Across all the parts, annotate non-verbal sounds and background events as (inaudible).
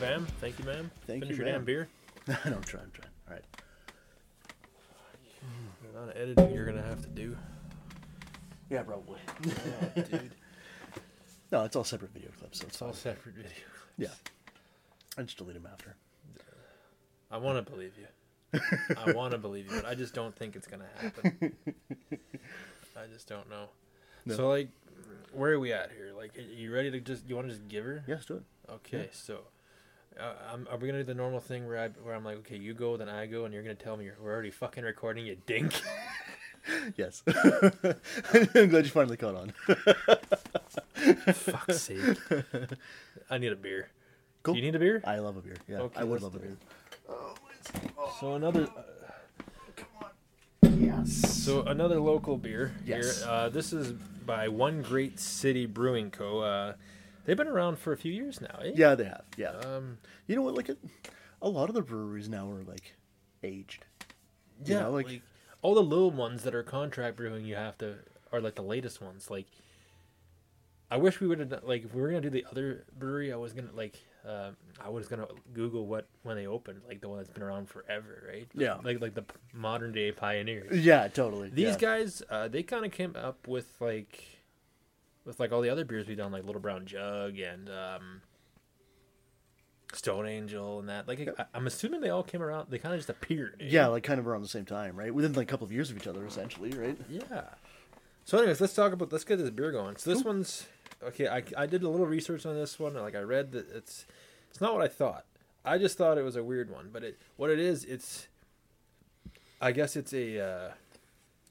ma'am. Thank you, ma'am. Thank Finish your you, damn ma'am. beer. (laughs) no, I'm trying, I'm trying. All right. The amount of editing you're gonna have to do. Yeah, probably. no, it's all separate video clips, so it's fine. separate video. Yeah. I just delete them after. I want to believe you. I want to believe you, but I just don't think it's gonna happen. I just don't know. No. So like, where are we at here? Like, are you ready to just? You want to just give her? Yes, do it. Okay, so. Uh, I'm, are we gonna do the normal thing where I where I'm like, okay, you go, then I go, and you're gonna tell me you're, we're already fucking recording, you (laughs) dink? Yes. (laughs) I'm glad you finally caught on. (laughs) Fuck's sake! I need a beer. Cool. Do you need a beer? I love a beer. Yeah, Okay, I let's would love a do beer. Oh, it. Oh, So another. Yes. So another local beer Yes. here. Uh, this is by One Great City Brewing Co. Uh, they've been around for a few years now. Eh? Yeah, they have. Yeah. Um, you know what? Like, a, a lot of the breweries now are like aged. You yeah. know, like, all the little ones that are contract brewing, you have to are like the latest ones. Like, I wish we would have done, like if we were gonna do the other brewery. I was gonna like uh, I was gonna Google what when they opened, like the one that's been around forever, right? Yeah. Like like the p- modern day pioneers. Yeah, totally. These yeah. guys, uh, they kind of came up with like, with like all the other beers we've done, like Little Brown Jug and um, Stone Angel and that. Like, I, I'm assuming they all came around. They kind of just appeared. eh? Yeah, like kind of around the same time, right? Within like a couple of years of each other, essentially, right? Yeah. So, anyways, let's talk about. Let's get this beer going. So this one's okay. I, I did a little research on this one. and, Like I read that it's it's not what I thought. I just thought it was a weird one, but it what it is. It's I guess it's a uh,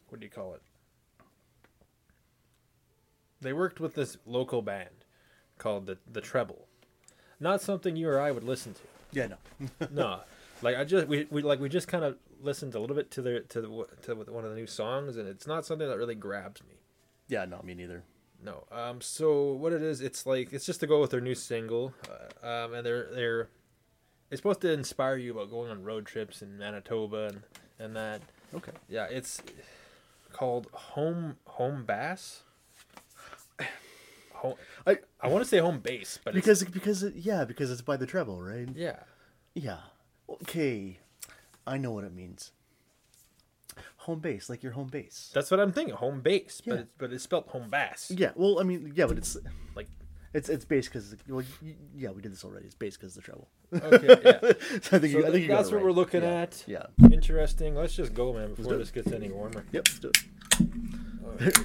what do you call it? They worked with this local band called the the Treble. Not something you or I would listen to Yeah, no. no, like I just we, we like we just kind of listened a little bit to the to the to one of the new songs, and it's not something that really grabs me. Yeah, no, me neither. No. Um. So what it is, it's like it's just to go with their new single, uh, um, and they're they're it's supposed to inspire you about going on road trips in Manitoba and and that. Okay. Yeah, it's called home home bass. (sighs) Home, I I want to say home base, but it's, because because it, yeah because it's by the treble, right? yeah, Yeah. Okay. I know what it means. Home base, like your home base. that's what I'm thinking. Home base, Yeah. but it's, but it's spelled home bass. Yeah. Well, I mean, yeah, but it's Like it's it's base because well, y- yeah, we did this already. It's base because the treble. (laughs) okay, yeah. So I think, So you, I think you got that's it what right. we're looking Yeah. at. Yeah. (laughs) Interesting. Let's just go, man, before do it. this gets any warmer. Yep. Let's do it. Alright.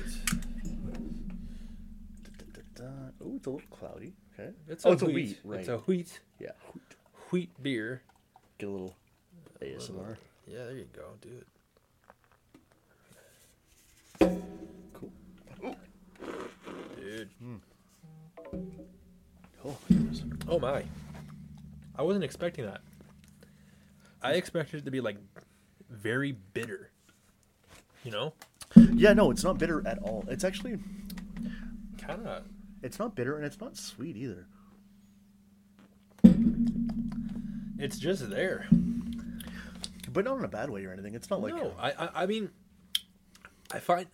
Oh, it's a little cloudy. Okay. It's oh, a it's wheat. a wheat. Right. It's a wheat Yeah. wheat beer. Get a little ASMR. Yeah, there you go. Do it. Cool. Dude. Oh my goodness. Oh my. I wasn't expecting that. I expected it to be like very bitter. You know? Yeah. No, it's not bitter at all. It's actually Kinda it's not bitter and it's not sweet either. it's just there. But not in a bad way or anything. It's not like no, I, I I mean, I find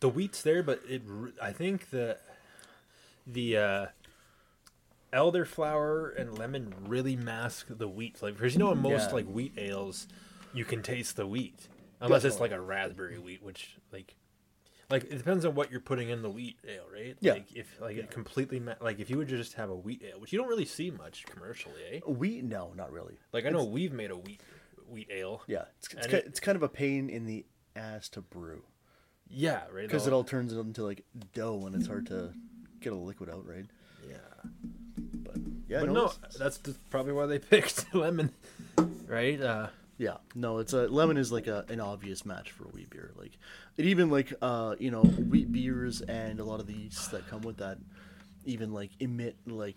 the wheat's there, but it r- I think the the uh, elderflower and lemon really mask the wheat flavor. Because you know, in most Yeah. like wheat ales, you can taste the wheat, unless it's like a raspberry wheat, which like. Like it depends on what you're putting in the wheat ale, right? Yeah. Like if like it completely ma- like if you would just have a wheat ale, which you don't really see much commercially, eh? wheat. No, not really. Like I know we've made a wheat wheat ale. Yeah. It's it's, And ki it- it's kind of a pain in the ass to brew Yeah, right. because it all- all turns into like dough and it's hard to get a liquid out, right? Yeah. But yeah. But no, it's- that's th- probably why they (laughs) picked lemon, right? Uh, Yeah, no, it's a lemon is like a, an obvious match for wheat beer. Like, it even like uh you know wheat beers and a lot of the yeasts that come with that, even like emit like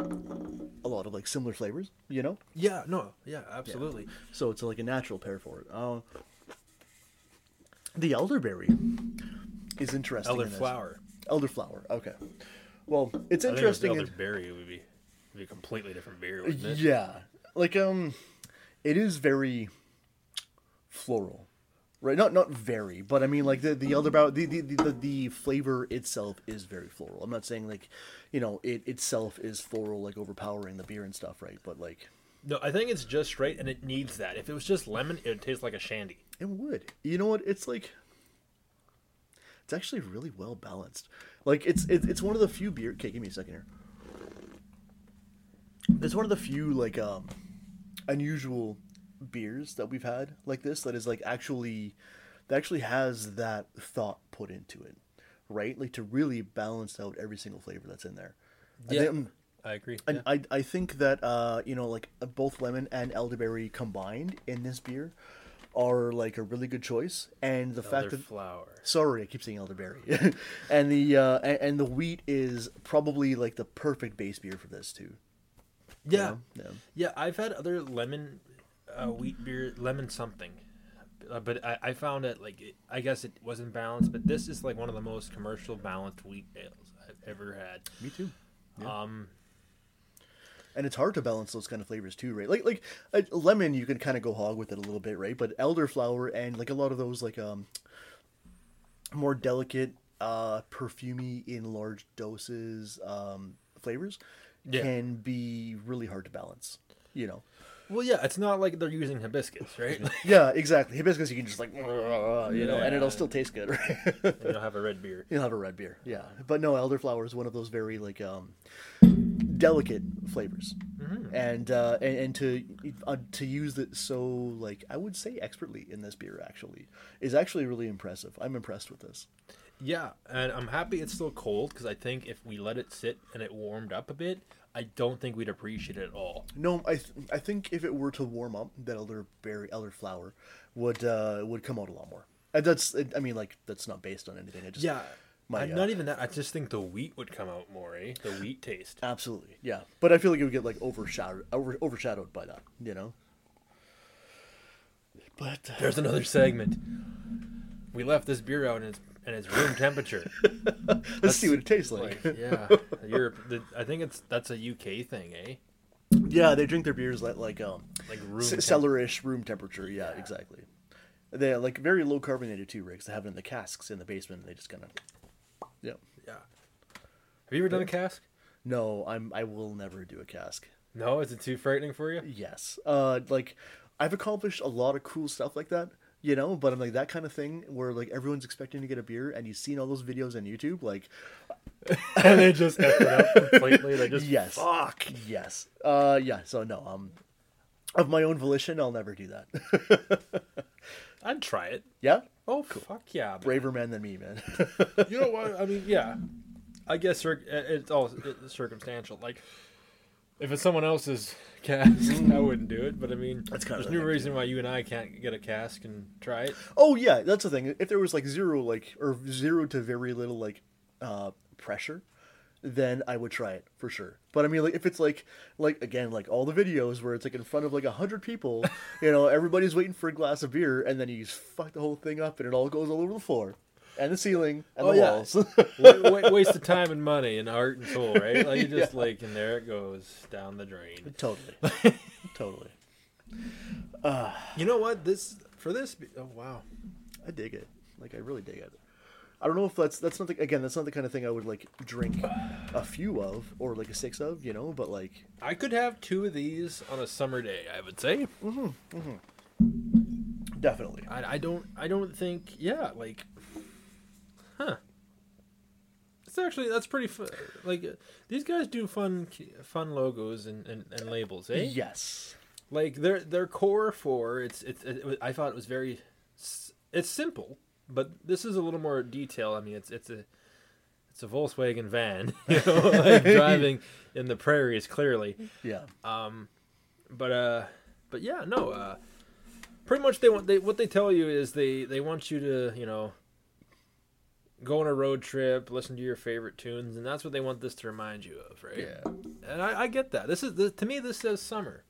a lot of like similar flavors. You know, yeah, no, yeah, absolutely. so it's like a natural pair for it. Uh, the elderberry is interesting. in this. Elderflower. Elderflower. Okay. Well, it's I think if it was interesting. in- Elderberry would be, would be a completely different beer, wouldn't it? Yeah, like um, it is very floral, Right, not not very, but I mean like the the elder brow, the the, the the the flavor itself is very floral. I'm not saying like, you know, it itself is floral, like overpowering the beer and stuff, right? But like, No, I think it's just right, and it needs that. If it was just lemon, it would taste like a shandy. it would. You know what? It's like, it's actually really well balanced. Like it's it, it's one of the few beer. Okay, give me a second here. It's one of the few like um unusual beers that we've had like this that is like actually that actually has that thought put into it, right? Like to really balance out every single flavor that's in there. I Yeah. think- I agree. and I, I think that uh, you know like uh, both lemon and elderberry combined in this beer are like a really good choice and the Oh, fact that flower. sorry I keep saying elderberry (laughs) and the uh, and, and the wheat is probably like the perfect base beer for this too Yeah. yeah Yeah, I've had other lemon uh, wheat beer, lemon something, uh, but I, I found it like it, I guess it wasn't balanced. But this is like one of the most commercial balanced wheat ales I've ever had. me too Um, and it's hard to balance those kind of flavors too right like like a lemon you can kind of go hog with it a little bit right but elderflower and like a lot of those like um more delicate uh perfumey in large doses um flavors Yeah. can be really hard to balance you know well, yeah, it's not like they're using hibiscus, (laughs) right? yeah exactly hibiscus you can just like you know and Yeah. it'll still taste good right (laughs) you know, have a red beer. You'll have a red beer, yeah. But no, elderflower is one of those very like um, delicate flavors, and, uh, and and to uh, to use it so like I would say expertly in this beer actually is actually really impressive. I'm impressed with this. Yeah, and I'm happy it's still cold because I think if we let it sit and it warmed up a bit, I don't think we'd appreciate it at all. No, I th- I think if it were to warm up, that elderberry elderflower would uh, would come out a lot more. And that's I mean like that's not based on anything. I just Yeah, my, I- uh, not even that. I just think the wheat would come out more, eh? The wheat taste. Absolutely, yeah. But I feel like it would get like overshadowed over, overshadowed by that, you know. But uh, There's another segment. We left this beer out and it's and it's room temperature. let's see what it tastes (laughs) like. (laughs) like, yeah, Europe. The, I think it's that's a UK thing, eh? yeah, they drink their beers at like um Like room c- temp- cellarish room temperature. Yeah, exactly. They're like very low carbonated too, rigs. They have it in the casks in the basement. And they just kind of, yeah. Yeah. Have you ever done a cask? No, I'm I will never do a cask. No, is it too frightening for you? Yes. Uh, like I've accomplished a lot of cool stuff like that, you know. But I'm like that kind of thing where like everyone's expecting to get a beer, and you've seen all those videos on YouTube, like. and they just F it up completely. They just yes. fuck. Yes. Uh, yeah. So no. Um, of my own volition, I'll never do that. (laughs) I'd try it. yeah. Oh fuck yeah! man. Braver man than me, man. (laughs) You know what? I mean, yeah. I guess cir- uh, it's all it's circumstantial. Like, if it's someone else's (laughs) cask, I wouldn't do it. But I mean, That's kinda there's the no thing, reason why you and I can't get a cask and try it. oh yeah, that's the thing. If there was like zero, like or zero to very little, like, uh, pressure, then I would try it for sure. But I mean, like, if it's like, like again, like all the videos where it's like in front of like a (laughs) hundred people, you know, everybody's waiting for a glass of beer, and then you just fuck the whole thing up, and it all goes all over the floor, and the ceiling, and Oh, the yeah. walls. (laughs) Wa- wa- waste of time and money and heart and soul, right? (laughs) Like you just like, and there it goes down the drain. totally. totally. (laughs) You know what? This for this. be- Oh wow. I dig it. Like I really dig it. I don't know if that's that's not the, again that's not the kind of thing I would like drink a few of or like a six of, you know. But like I could have two of these on a summer day. I would say. definitely, I, I don't. I don't think. Yeah. Like. Huh. It's actually that's pretty fun. Like uh, these guys do fun, fun logos and, and, and labels, eh? yes, like their their core four it's it's it, wa- i thought it was very s- it's simple but this is a little more detail i mean it's it's a it's a volkswagen van (laughs) you know like driving in the prairies clearly yeah, but uh but yeah no uh pretty much they want they what they tell you is they they want you to you know go on a road trip listen to your favorite tunes and that's what they want this to remind you of right Yeah. and i, I get that this is this, to me this says summer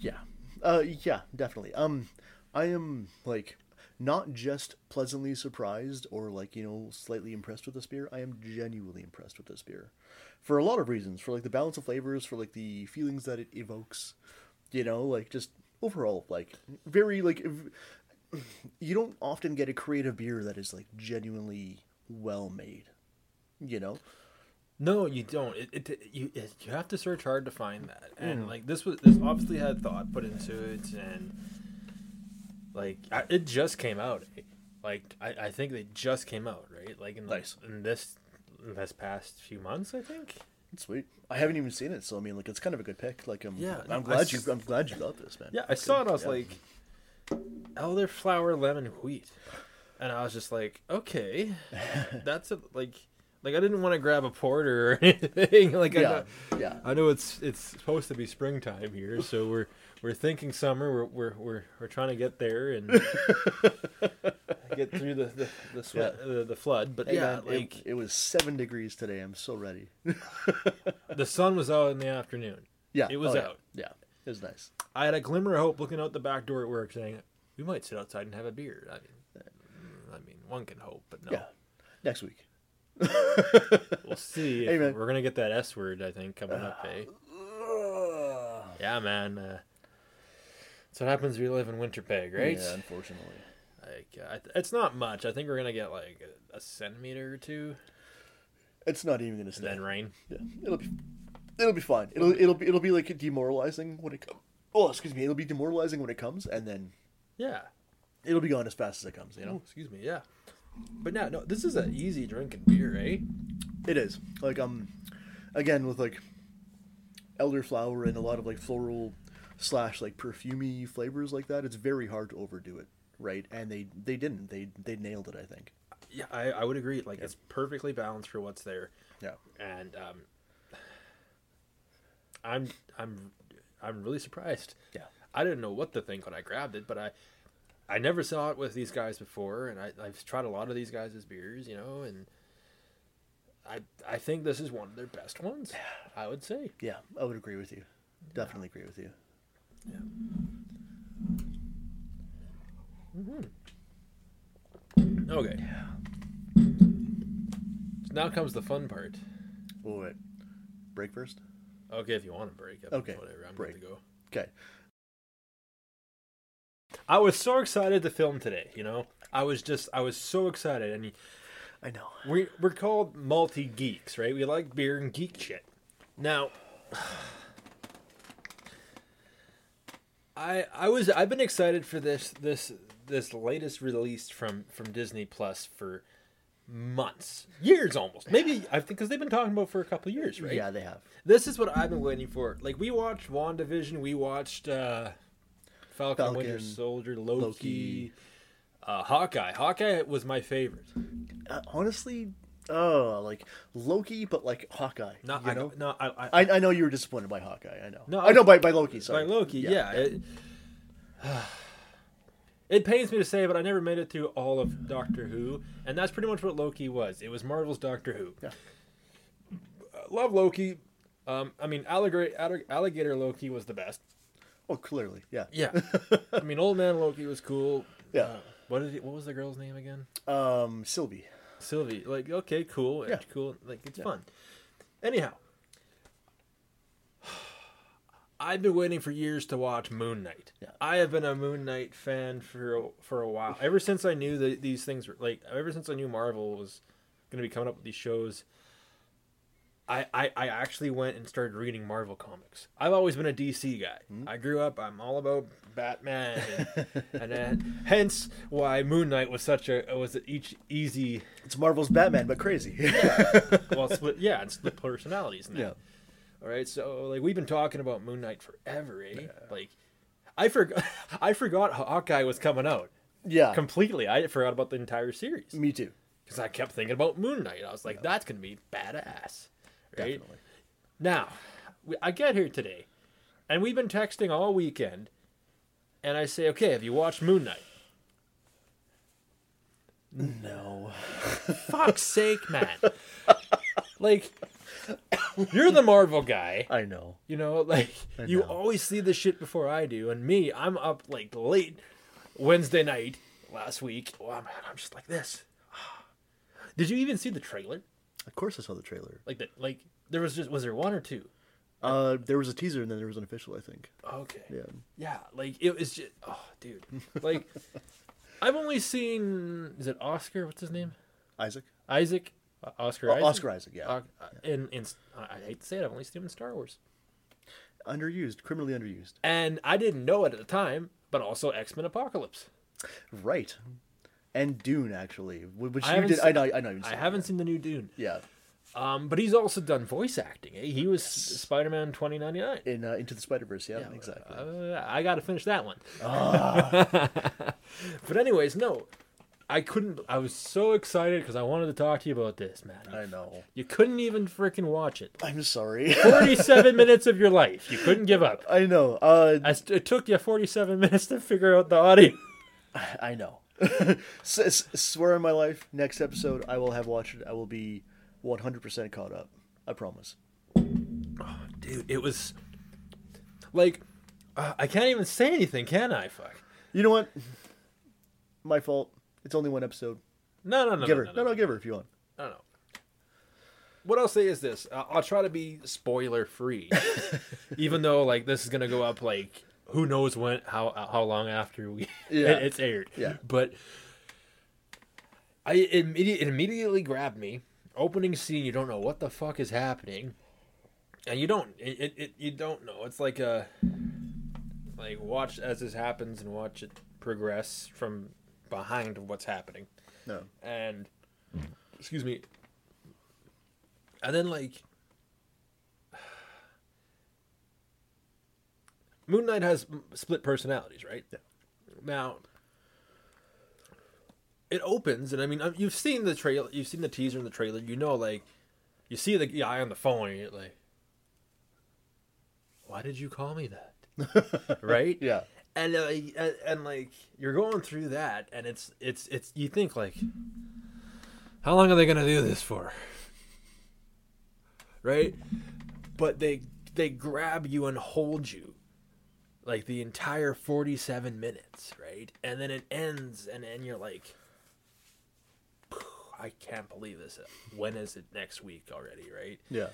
yeah, uh, yeah, definitely. Um, I am like not just pleasantly surprised or like you know slightly impressed with this beer. I am genuinely impressed with this beer for a lot of reasons. For like the balance of flavors, for like the feelings that it evokes, you know, like just overall like very like. ev- you don't often get a creative beer that is like genuinely well made. You know, No, you don't. It, it you it, you have to search hard to find that. And like this was this obviously had thought put into it, and like I, it just came out. Like I, I think they just came out right. Like in the- Nice. in this in this past few months, I think. sweet. I haven't even seen it, so I mean, like, it's kind of a good pick. Like, I'm, Yeah, no, I I'm glad s- you, I'm glad you got this, man. Yeah, I saw it. I was yeah. like, elderflower, lemon, wheat, and I was just like, (laughs) okay, that's a like. Like I didn't want to grab a porter or (laughs) anything. Like I yeah, know- yeah. I know it's it's supposed to be springtime here, so we're we're thinking summer. We're we're we're, we're trying to get there and (laughs) get through the the, the sweat the, the flood. But Hey, yeah, man, it- like it, was seven degrees today. I'm so ready. (laughs) the sun was out in the afternoon. Yeah, It was oh, yeah. out. Yeah, it was nice. I had a glimmer of hope looking out the back door at work, saying we might sit outside and have a beer. I mean, mm, I mean, one can hope, but no, Yeah, (laughs) next week. we'll (laughs) see. Hey, if- man. We're gonna get that S word, I think, coming up. Eh? Yeah, man. Uh, that's what happens. We live in Winterpeg, right? Yeah, unfortunately. Like uh, I th- it's not much. I think we're gonna get like a, a centimeter or two, It's not even gonna and stay. then rain. Yeah, it'll be, it'll be fine. It'll it'll be it'll be like demoralizing when it comes. Oh, excuse me. It'll be demoralizing when it comes, and then Yeah. it'll be gone as fast as it comes. You Oh, know, excuse me. Yeah. But no, no. This is an easy drinking beer, eh? it is like um, again with like elderflower and a lot of like floral slash like perfumey flavors like that. It's very hard to overdo it, right? And they they didn't. They they nailed it. I think. Yeah, I, I would agree. Like it's perfectly balanced for what's there, Yeah. and um, I'm I'm I'm really surprised. Yeah. I didn't know what to think when I grabbed it, but I I never saw it with these guys before, and I, I've tried a lot of these guys' beers, you know, and I I think this is one of their best ones. I would say. Yeah, I would agree with you. Definitely agree with you. Okay. So now comes the fun part. Oh wait, break first. Okay, if you want to break up, Okay, whatever. I'm going break. to go. Okay. I was so excited to film today. You know, I was just I was so excited, and I know. we we're called multi geeks, right? We like beer and geek shit. Now, I I was I've been excited for this this this latest release from from Disney Plus for months, years almost. Maybe I think because they've been talking about it for a couple of years, right? Yeah, they have. This is what I've been waiting for. Like we watched WandaVision, we watched uh Falcon, Falcon, Winter Soldier, Loki, Loki. uh Hawkeye. Hawkeye was my favorite. Uh, honestly, oh, like Loki, but like Hawkeye. Not you I know. no I, I, I, I know you were disappointed by Hawkeye. I know. No, I know by, by Loki. by Sorry. Loki. Yeah. it, (sighs) it pains me to say, but I never made it through all of Doctor Who, and that's pretty much what Loki was. It was Marvel's Doctor Who. Yeah. Uh, love Loki. Um, I mean, alligator, alligator Loki was the best. Oh, clearly. Yeah. Yeah, (laughs) I mean, old man Loki was cool. Yeah. Uh, what did he, what was the girl's name again? Um, Sylvie. Sylvie. Like, okay, cool, Yeah. cool. Like, it's fun. Anyhow, I've been waiting for years to watch Moon Knight. Yeah. I have been a Moon Knight fan for a- for a while. Ever since I knew that these things were like, ever since I knew Marvel was going to be coming up with these shows. I, I, I actually went and started reading Marvel comics. I've always been a DC guy. Hmm. I grew up. I'm all about Batman, (laughs) and, and then, hence why Moon Knight was such a was each easy It's Marvel's Batman, but crazy. (laughs) well, split, yeah, and split personalities. And yeah. yeah. All right. So like we've been talking about Moon Knight forever. Eh? Like I forgot, (laughs) I forgot Hawkeye was coming out Yeah. completely. I forgot about the entire series Me too. because I kept thinking about Moon Knight. I was like, that's gonna be badass. Right Definitely. now, we, I get here today, and we've been texting all weekend, and I say, okay, have you watched Moon Knight? No. Fuck's sake, man! (laughs) like. You're the Marvel guy. I know. You know, (laughs) like you know. always see this shit before I do, and me, I'm up like late Wednesday night last week. Oh man, I'm just like this. (sighs) Did you even see the trailer? Of course, I saw the trailer. Like that? Like there was just was there one or two? Uh, there was a teaser, and then there was an official. I think. Okay. Yeah. (laughs) Yeah, like it was just oh, dude, like I've only seen is it Oscar? What's his name? Isaac. Isaac. O- Oscar. O- Isaac? Oscar Isaac, yeah. Uh, in in I I hate to say it, I've only seen him in Star Wars, underused, criminally underused. and I didn't know it at the time, but also X Men Apocalypse. Right. And Dune actually, wh- which I you haven't did. seen- I know. I know. you I said haven't seen the new Dune, that. Yeah. um, but he's also done voice acting. eh? He was Spider Man twenty ninety nine. In uh, Into the Spider Verse. Yeah, Exactly. Uh, I got to finish that one. Ah. (laughs) but anyways, no, I couldn't. I was so excited because I wanted to talk to you about this, man. I know. You couldn't even freaking watch it. I'm sorry. (laughs) Forty-seven minutes of your life. You couldn't give up. I know. Uh, I st- it took you forty-seven minutes to figure out the audio. I know. S- s- swear on my life. Next episode, I will have watched it. I will be 100% caught up. I promise. Oh, Dude, it was like uh, I can't even say anything, can I? Fuck. You know what? My fault. It's only one episode. No, no, no, Give no, her. no, No, no, give her if you want. I don't know. What I'll say is this: I- I'll try to be spoiler (laughs) free, even though like this is gonna go up like who knows when, how how long after we Yeah. it- (laughs) it's aired. Yeah. But I it, immedi- it immediately grabbed me. Opening scene, you don't know what the fuck is happening, and you don't it, it, it you don't know. It's like a like watch as this happens and watch it progress from behind of what's happening No. and excuse me and then like moon knight has m- split personalities right Yeah. now it opens and i mean uh, you've seen the trailer you've seen the teaser and the trailer you know like you see the guy on the phone and you're like why did you call me that (laughs) right Yeah. and uh, and, and like you're going through that and it's it's it's you think like how long are they going to do this for right but they they grab you and hold you like the entire 47 minutes right and then it ends and and you're like I can't believe this. When is it next week already, right? Yeah.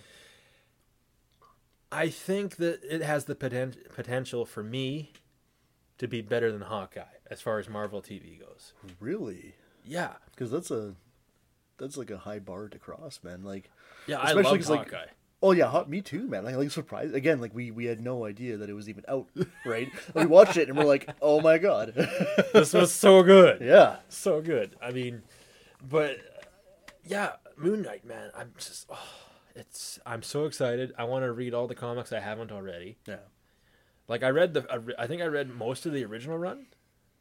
I think that it has the poten- potential for me to be better than Hawkeye as far as Marvel TV goes. Really? Yeah, Because that's a. That's like a high bar to cross, man. Like, yeah, Especially I love 'cause, like, Hawkeye. Oh yeah, hot, me too, man. Like, like surprised again. Like we we had no idea that it was even out, (laughs) right? we watched it and we're like, oh my god, (laughs) this was so good, yeah. so good. I mean, but uh, yeah, Moon Knight, man. I'm just, oh, it's. I'm so excited. I want to read all the comics I haven't already. Yeah, Like I read the, I re- I think I read most of the original run,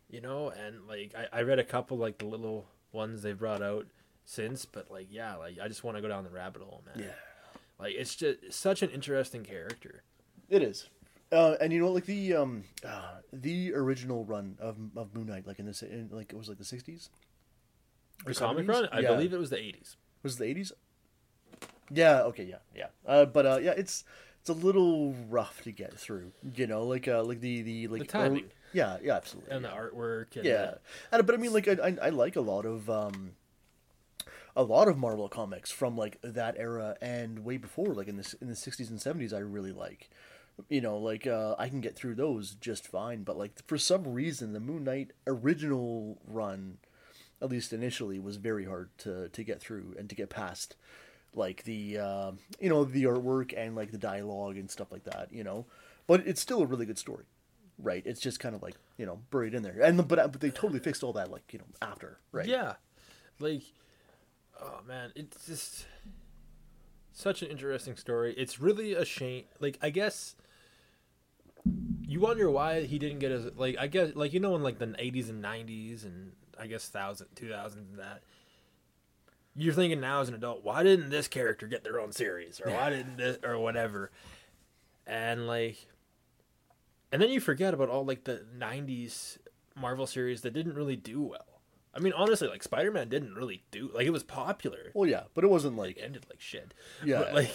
you know, and like I, I read a couple like the little ones they brought out since, but like yeah, like I just want to go down the rabbit hole, man. yeah. Like it's just such an interesting character. It is, uh, and you know, like the um, uh, the original run of of Moon Knight, like in the si- in, like it was like the sixties, The Or comic 70s? run, I Yeah. believe it was the eighties. was it the eighties? Yeah. Okay. Yeah. Yeah. Uh, but uh, yeah, it's it's a little rough to get through. You know, like uh, like the the like The timing. Oh, early- yeah. Yeah. Absolutely. and the artwork. And yeah and, but i mean like I, I, I like a lot of um a lot of marvel comics from like that era and way before like in this in the 60s and 70s i really like you know like uh, i can get through those just fine but like for some reason the moon knight original run at least initially was very hard to to get through and to get past like the uh, you know the artwork and like the dialogue and stuff like that you know but it's still a really good story right it's just kind of like you know buried in there and the, but but they totally fixed all that like you know after right yeah, like oh man, it's just such an interesting story. It's really a shame. Like I guess you wonder why he didn't get as like I guess like you know in like the eighties and nineties and I guess thousand two thousands and that. You're thinking now as an adult, why didn't this character get their own series or why didn't this or whatever, and like, and then you forget about all like the '90s Marvel series that didn't really do well. I mean, honestly, like Spider-Man didn't really do like it was popular, well yeah but it wasn't like it ended like shit. Yeah, But, like,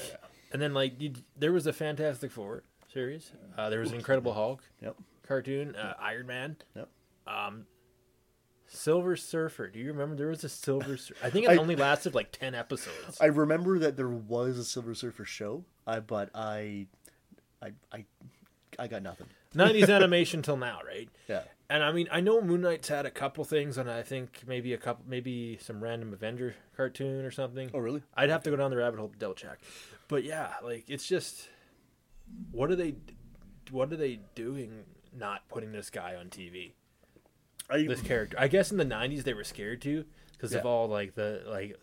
and then like you, there was a Fantastic Four series. Uh, there was an Incredible Hulk yep cartoon, uh, Iron Man, yep Silver Surfer. Do you remember there was a Silver? Sur- I think it only lasted like ten episodes. (laughs) I remember that there was a Silver Surfer show, I but I, I, I, I got nothing. Nineties animation till now, right? Yeah, and I mean, I know Moon Knight's had a couple things, and I think maybe a couple, maybe some random Avenger cartoon or something. Oh, really? I'd have to go down the rabbit hole to double check. But yeah, like it's just, what are they, what are they doing? Not putting this guy on TV, I, (laughs) this character. I guess in the '90s they were scared to because of Yeah. all like the like.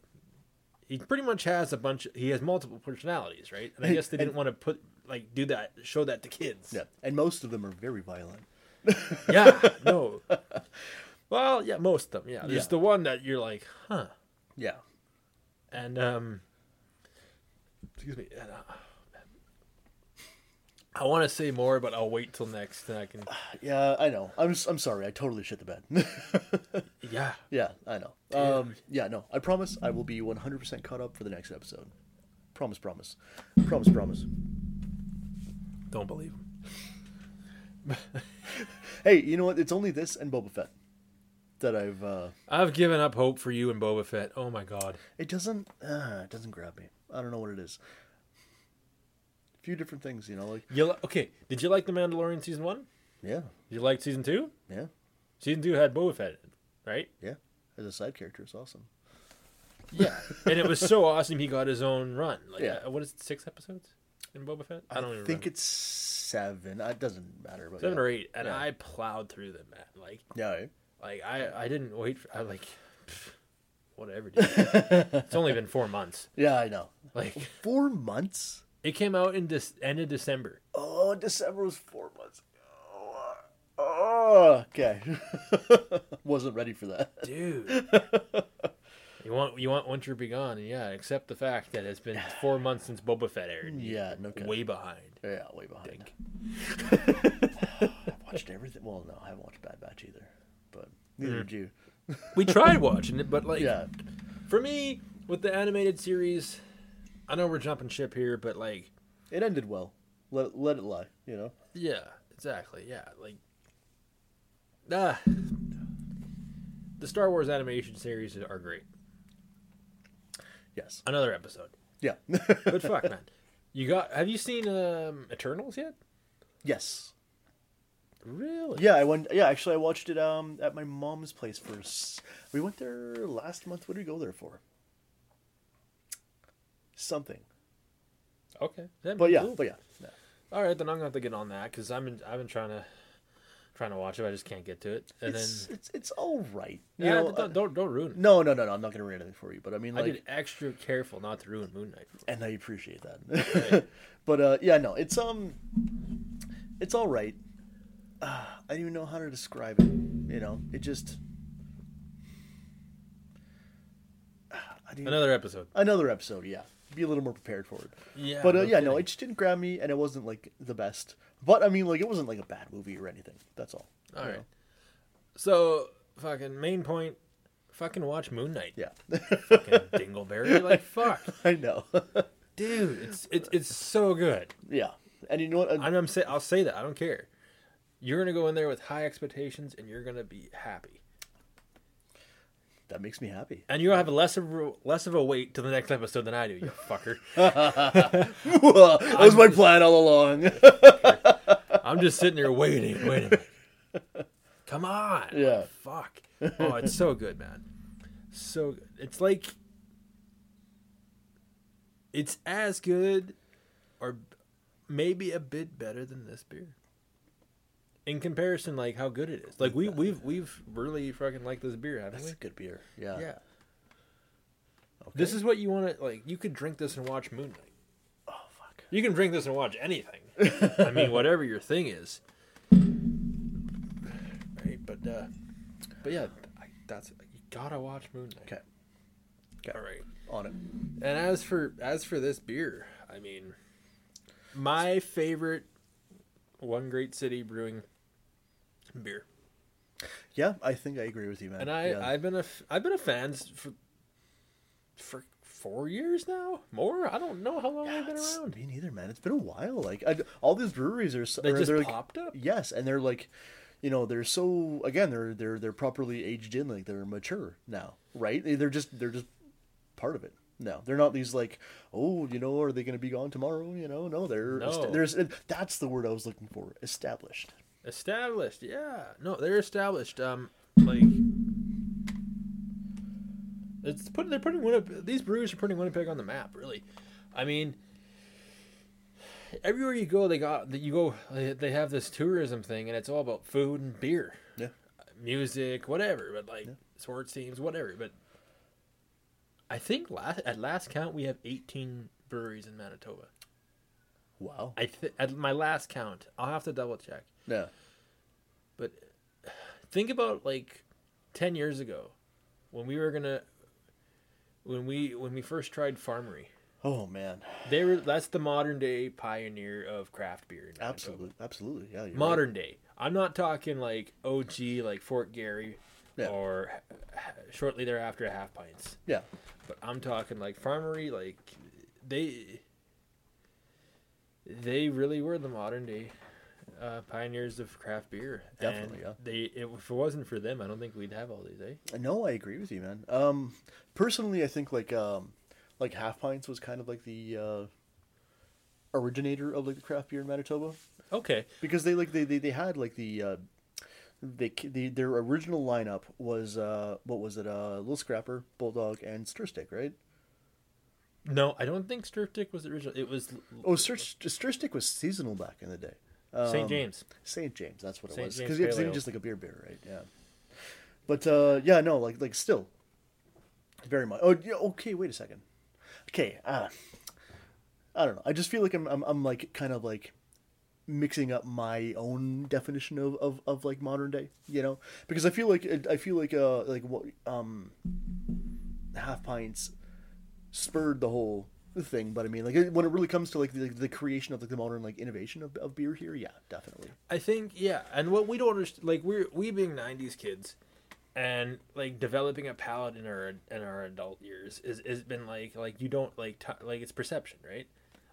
He pretty much has a bunch. He has multiple personalities, right? And I guess they didn't want to put like do that, show that to kids. yeah, and most of them are very violent. (laughs) Yeah, no. Well, yeah, most of them. Yeah, there's Yeah. the one that you're like, huh, Yeah, and um, excuse me. And, uh, (sighs) I want to say more, but I'll wait till next, and I can. (sighs) yeah, I know. I'm s- I'm sorry. I totally shit the bed. (laughs) Yeah, yeah, I know. Um, yeah, no. I promise I will be 100% caught up for the next episode. Promise, promise, promise, promise. don't believe him. Hey, you know what? It's only this and Boba Fett that I've. Uh, I've given up hope for you and Boba Fett. Oh my god. it doesn't. Uh, it doesn't grab me. I don't know what it is. A few different things, you know. Like You li- okay? Did you like the Mandalorian season one? yeah, You liked season two? yeah, Season two had Boba Fett, in it, right? yeah. As a side character, it's awesome. Yeah. (laughs) and it was so awesome. He got his own run. Like, Yeah. uh, what is it, six episodes in Boba Fett? I don't even think remember. it's seven. Uh, It doesn't matter. But seven yeah. or eight, and Yeah. I plowed through them, man. Like, Yeah. eh? like I, I didn't wait. For, I like, pff, whatever. Dude. it's only been four months. (laughs) Yeah, I know. Like, Four months. it came out in this end of December. Oh, December was four months ago. Oh, okay. (laughs) Wasn't ready for that. (laughs) dude. you want you want Winter Be Gone, and yeah. Accept the fact that it's been four months since Boba Fett aired. and you're Yeah, no kidding. way behind. yeah, way behind. I watched everything. Well, no, I haven't watched Bad Batch either, but neither Mm-hmm. did you. We tried watching it, but like, Yeah, for me with the animated series, I know we're jumping ship here, but like, it ended well. Let let it lie. You know. yeah, exactly, yeah, like, ah, the Star Wars animation series are great. Yes. Another episode, Yeah. (laughs) but fuck, man, you got? Have you seen um, Eternals yet? yes. Really? Yeah, I went. Yeah, actually, I watched it um at my mom's place for. s- We went there last month. What did we go there for? Something. Okay. That'd But be yeah, cool. but yeah. yeah. All right, then I'm gonna have to get on that because I'm in, I've been trying to trying to watch it. I just can't get to it, and it's, then it's it's all right. You yeah, know, uh, don't, don't don't ruin it. No, no, no, no. I'm not going to ruin anything for you, but I mean, I like, did extra careful not to ruin Moon Knight. and I appreciate that. (laughs) but uh, yeah, no, it's um, it's all right. Uh, I don't even know how to describe it. You know, it just Ah, I didn't, another Another episode. episode. Yeah, be a little more prepared for it. Yeah, but uh, no yeah, no, kidding. it just didn't grab me, and it wasn't like the best. But I mean, like, it wasn't like a bad movie or anything. That's all. All you right. know? So fucking main point. Fucking watch Moon Knight. Yeah, (laughs) Fucking Dingleberry. Like fuck, I know. (laughs) dude. It's it's it's so good. yeah, and you know what? Uh, And I'm say I'll say that. I don't care. You're gonna go in there with high expectations, and you're gonna be happy. that makes me happy. (laughs) And you'll have less of a- less of a wait to the next episode than I do, you fucker. that was my plan all along. (laughs) I'm just sitting here waiting, waiting. Come on. Yeah. Fuck. Oh, it's so good, man. So good. It's like it's as good or maybe a bit better than this beer. In comparison, like how good it is. Like we we've we've really fucking liked this beer, haven't we? That's a good beer. Yeah. Yeah. This is what you want to like. You could drink this and watch Moon Knight. Oh fuck. You can drink this and watch anything. (laughs) I mean, whatever your thing is. Right, but uh, but yeah, I, that's you gotta watch Moon Knight. Okay. All right. On it. And as for as for this beer, I mean, my favorite one great city brewing beer, Yeah, I think I agree with you, man. and I yeah. I've been a f- I've been a fan s- for for four years now, more. I don't know how long I've been It's- around. Me neither, man. It's been a while. Like I, all these breweries are. so- They are- just they're, like- popped up. Yes, and they're like, you know, they're so again, they're they're they're properly aged in, like they're mature now, right? They- They're just they're just part of it. No, they're not these like, oh, you know, are they going to be gone tomorrow? You know, no, they're No. there's that's the word I was looking for, established. Established, yeah. No, they're established. Um, like it's put they're putting Winnipeg. These breweries are putting Winnipeg on the map. Really, I mean, everywhere you go, they got that you go. they- They have this tourism thing, and it's all about food and beer, Yeah. music, whatever. But like sports teams, whatever. But I think last at last count we have eighteen breweries in Manitoba. Wow. I th- at my last count, I'll have to double check. Yeah. But think about like ten years ago when we were gonna when we when we first tried farmery. Oh man. They were that's the modern day pioneer of craft beer. in Manitoba. Absolutely. Absolutely. Yeah. You're modern day. I'm not talking like OG like Fort Gary Yeah. or shortly thereafter half pints. Right. Yeah. But I'm talking like farmery, like they they really were the modern day uh, pioneers of craft beer. Definitely, And yeah. They if it wasn't for them, I don't think we'd have all these, eh? No, I agree with you, man. Um, personally, I think like um, like half pints was kind of like the uh, originator of like the craft beer in Manitoba Okay. because they like they they, they had like the uh, they, the their original lineup was uh what was it uh Little Scrapper, Bulldog, and Stir Stick, right? No, I don't think Stir Dick was the original. It was Oh, Stir, Stir Stick was seasonal back in the day. St. Um, James. St. James, that's what it St. was. James Because yeah, 'cause they Pale were Ale. just like a beer beer, right? Yeah. But uh, yeah, no, like like still, very much. Oh, yeah, okay. Wait a second. Okay, uh, I don't know. I just feel like I'm I'm, I'm like kind of like mixing up my own definition of, of, of like modern day, you know, because I feel like I feel like uh like what um half pints spurred the whole thing, but I mean like when it really comes to like the, the creation of like the modern like innovation of, of beer here, yeah, definitely. I think yeah, and what we don't understand, like we're we being '90s kids, and like developing a palate in our in our adult years is has been like like you don't like t- like it's perception, right?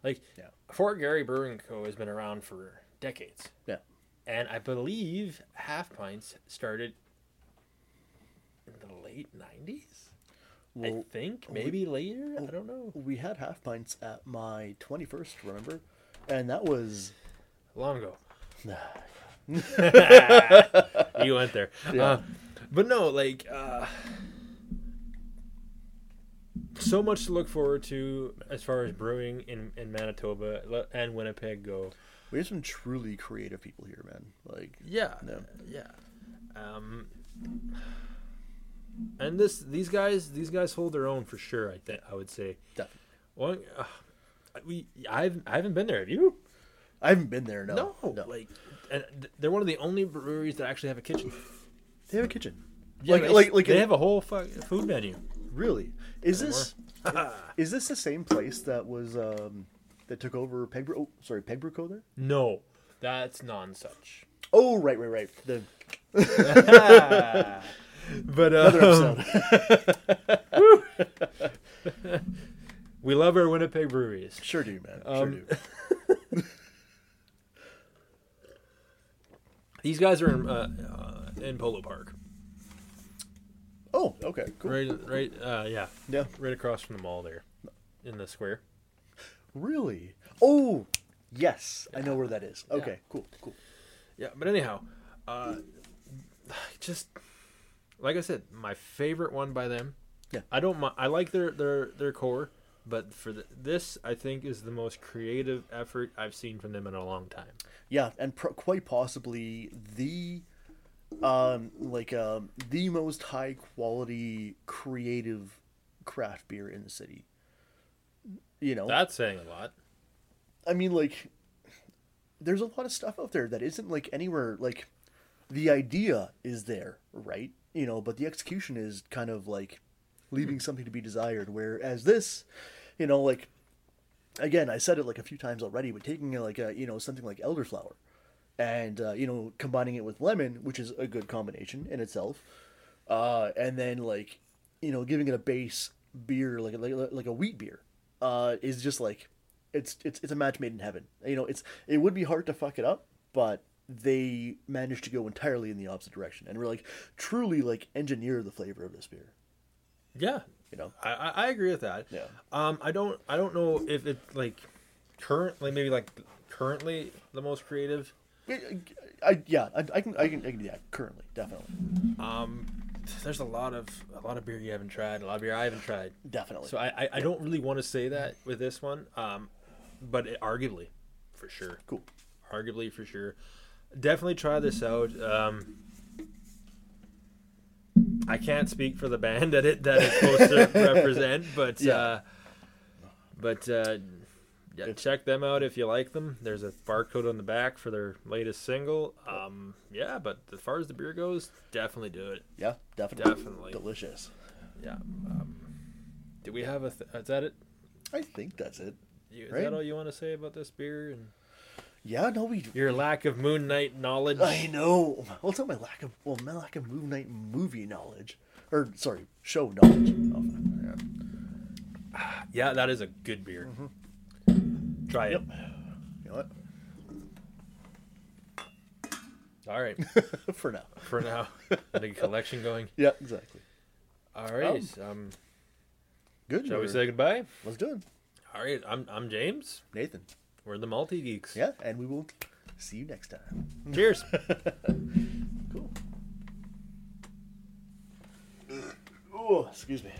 Like Yeah. Fort Gary Brewing Co has been around for decades, Yeah. and I believe Half Pints started in the late '90s. I Well, think maybe later. I don't know. we had half pints at my 21st, remember? And that was long ago. (laughs) you went there, Uh, but no, like uh, so much to look forward to as far as brewing in in Manitoba le- and Winnipeg go. we have some truly creative people here, man. Like Yeah, No. yeah. Um, and this these guys these guys hold their own for sure. I think I would say. definitely. Well, uh, we I've I haven't been there. Have you? I haven't been there. No, No, like and th- they're one of the only breweries that actually have a kitchen. they have a kitchen. Yeah, like, they, like, like, they have a whole fu- food menu. really? Is this is this the same place that was um that took over Pegbrook? Oh, sorry, Pegbrook Co. There. No, that's non such. Oh, right, right, right. The But (laughs) other uh, episode. (laughs) we love our Winnipeg breweries. sure do, man. Sure Um, do. These guys are in uh, uh, in Polo Park, Oh, okay, cool. right? Right? Uh, yeah, Yeah, right across from the mall there, in the square. really. Oh, yes, I know where that is. Okay, cool, cool. Yeah, but anyhow, uh, just like I said, my favorite one by them. Yeah. I don't. mi- I like their their their core, but for the, this, I think is the most creative effort I've seen from them in a long time. Yeah, and pro- quite possibly the um like um the most high quality creative craft beer in the city. You know. That's saying a lot. I mean like there's a lot of stuff out there that isn't like anywhere like the idea is there, right? You know, but the execution is kind of like leaving something to be desired whereas this, you know, like again, I said it like a few times already, but taking like a you know something like elderflower, and uh, you know combining it with lemon, which is a good combination in itself, uh, and then like you know giving it a base beer like like like a wheat beer, uh, is just like it's it's it's a match made in heaven. You know, it's it would be hard to fuck it up, but they managed to go entirely in the opposite direction and were like truly like engineer the flavor of this beer. Yeah, You know, I, I I agree with that. Yeah. Um, I don't I don't know if it's like currently maybe like currently the most creative. I- I- I yeah, I, I can I can I can do that currently definitely Um, there's a lot of a lot of beer you haven't tried, a lot of beer I haven't tried. definitely. So I I, I don't really want to say that with this one. Um, but it, arguably, for sure, cool. arguably for sure, definitely try this out. Um. I can't speak for the band (laughs) that it that it's supposed (laughs) to represent, but Yeah. uh, but uh, yeah, check them out if you like them. There's a barcode on the back for their latest single. Um, yeah, but as far as the beer goes, definitely do it. Yeah, definitely. Definitely. delicious. Yeah. Um, do we have a? Th- is that it? I think that's it. You, is Right. that all you want to say about this beer and Yeah, no, we. your lack of Moon Knight knowledge? (laughs) I know. Well, it's not my lack of well, my lack of movie night movie knowledge, or sorry, show knowledge. Oh, yeah. yeah, that is a good beer. Try it. Yep. You know All right, what? (laughs) For now. for now, the collection going. Yeah, exactly. All right, um, Good. shall we or- say goodbye? Let's do it, All right, I'm I'm James. Nathan. We're the Multi Geeks. Yeah, and we will see you next time. Cheers. Cool. Oh, excuse me.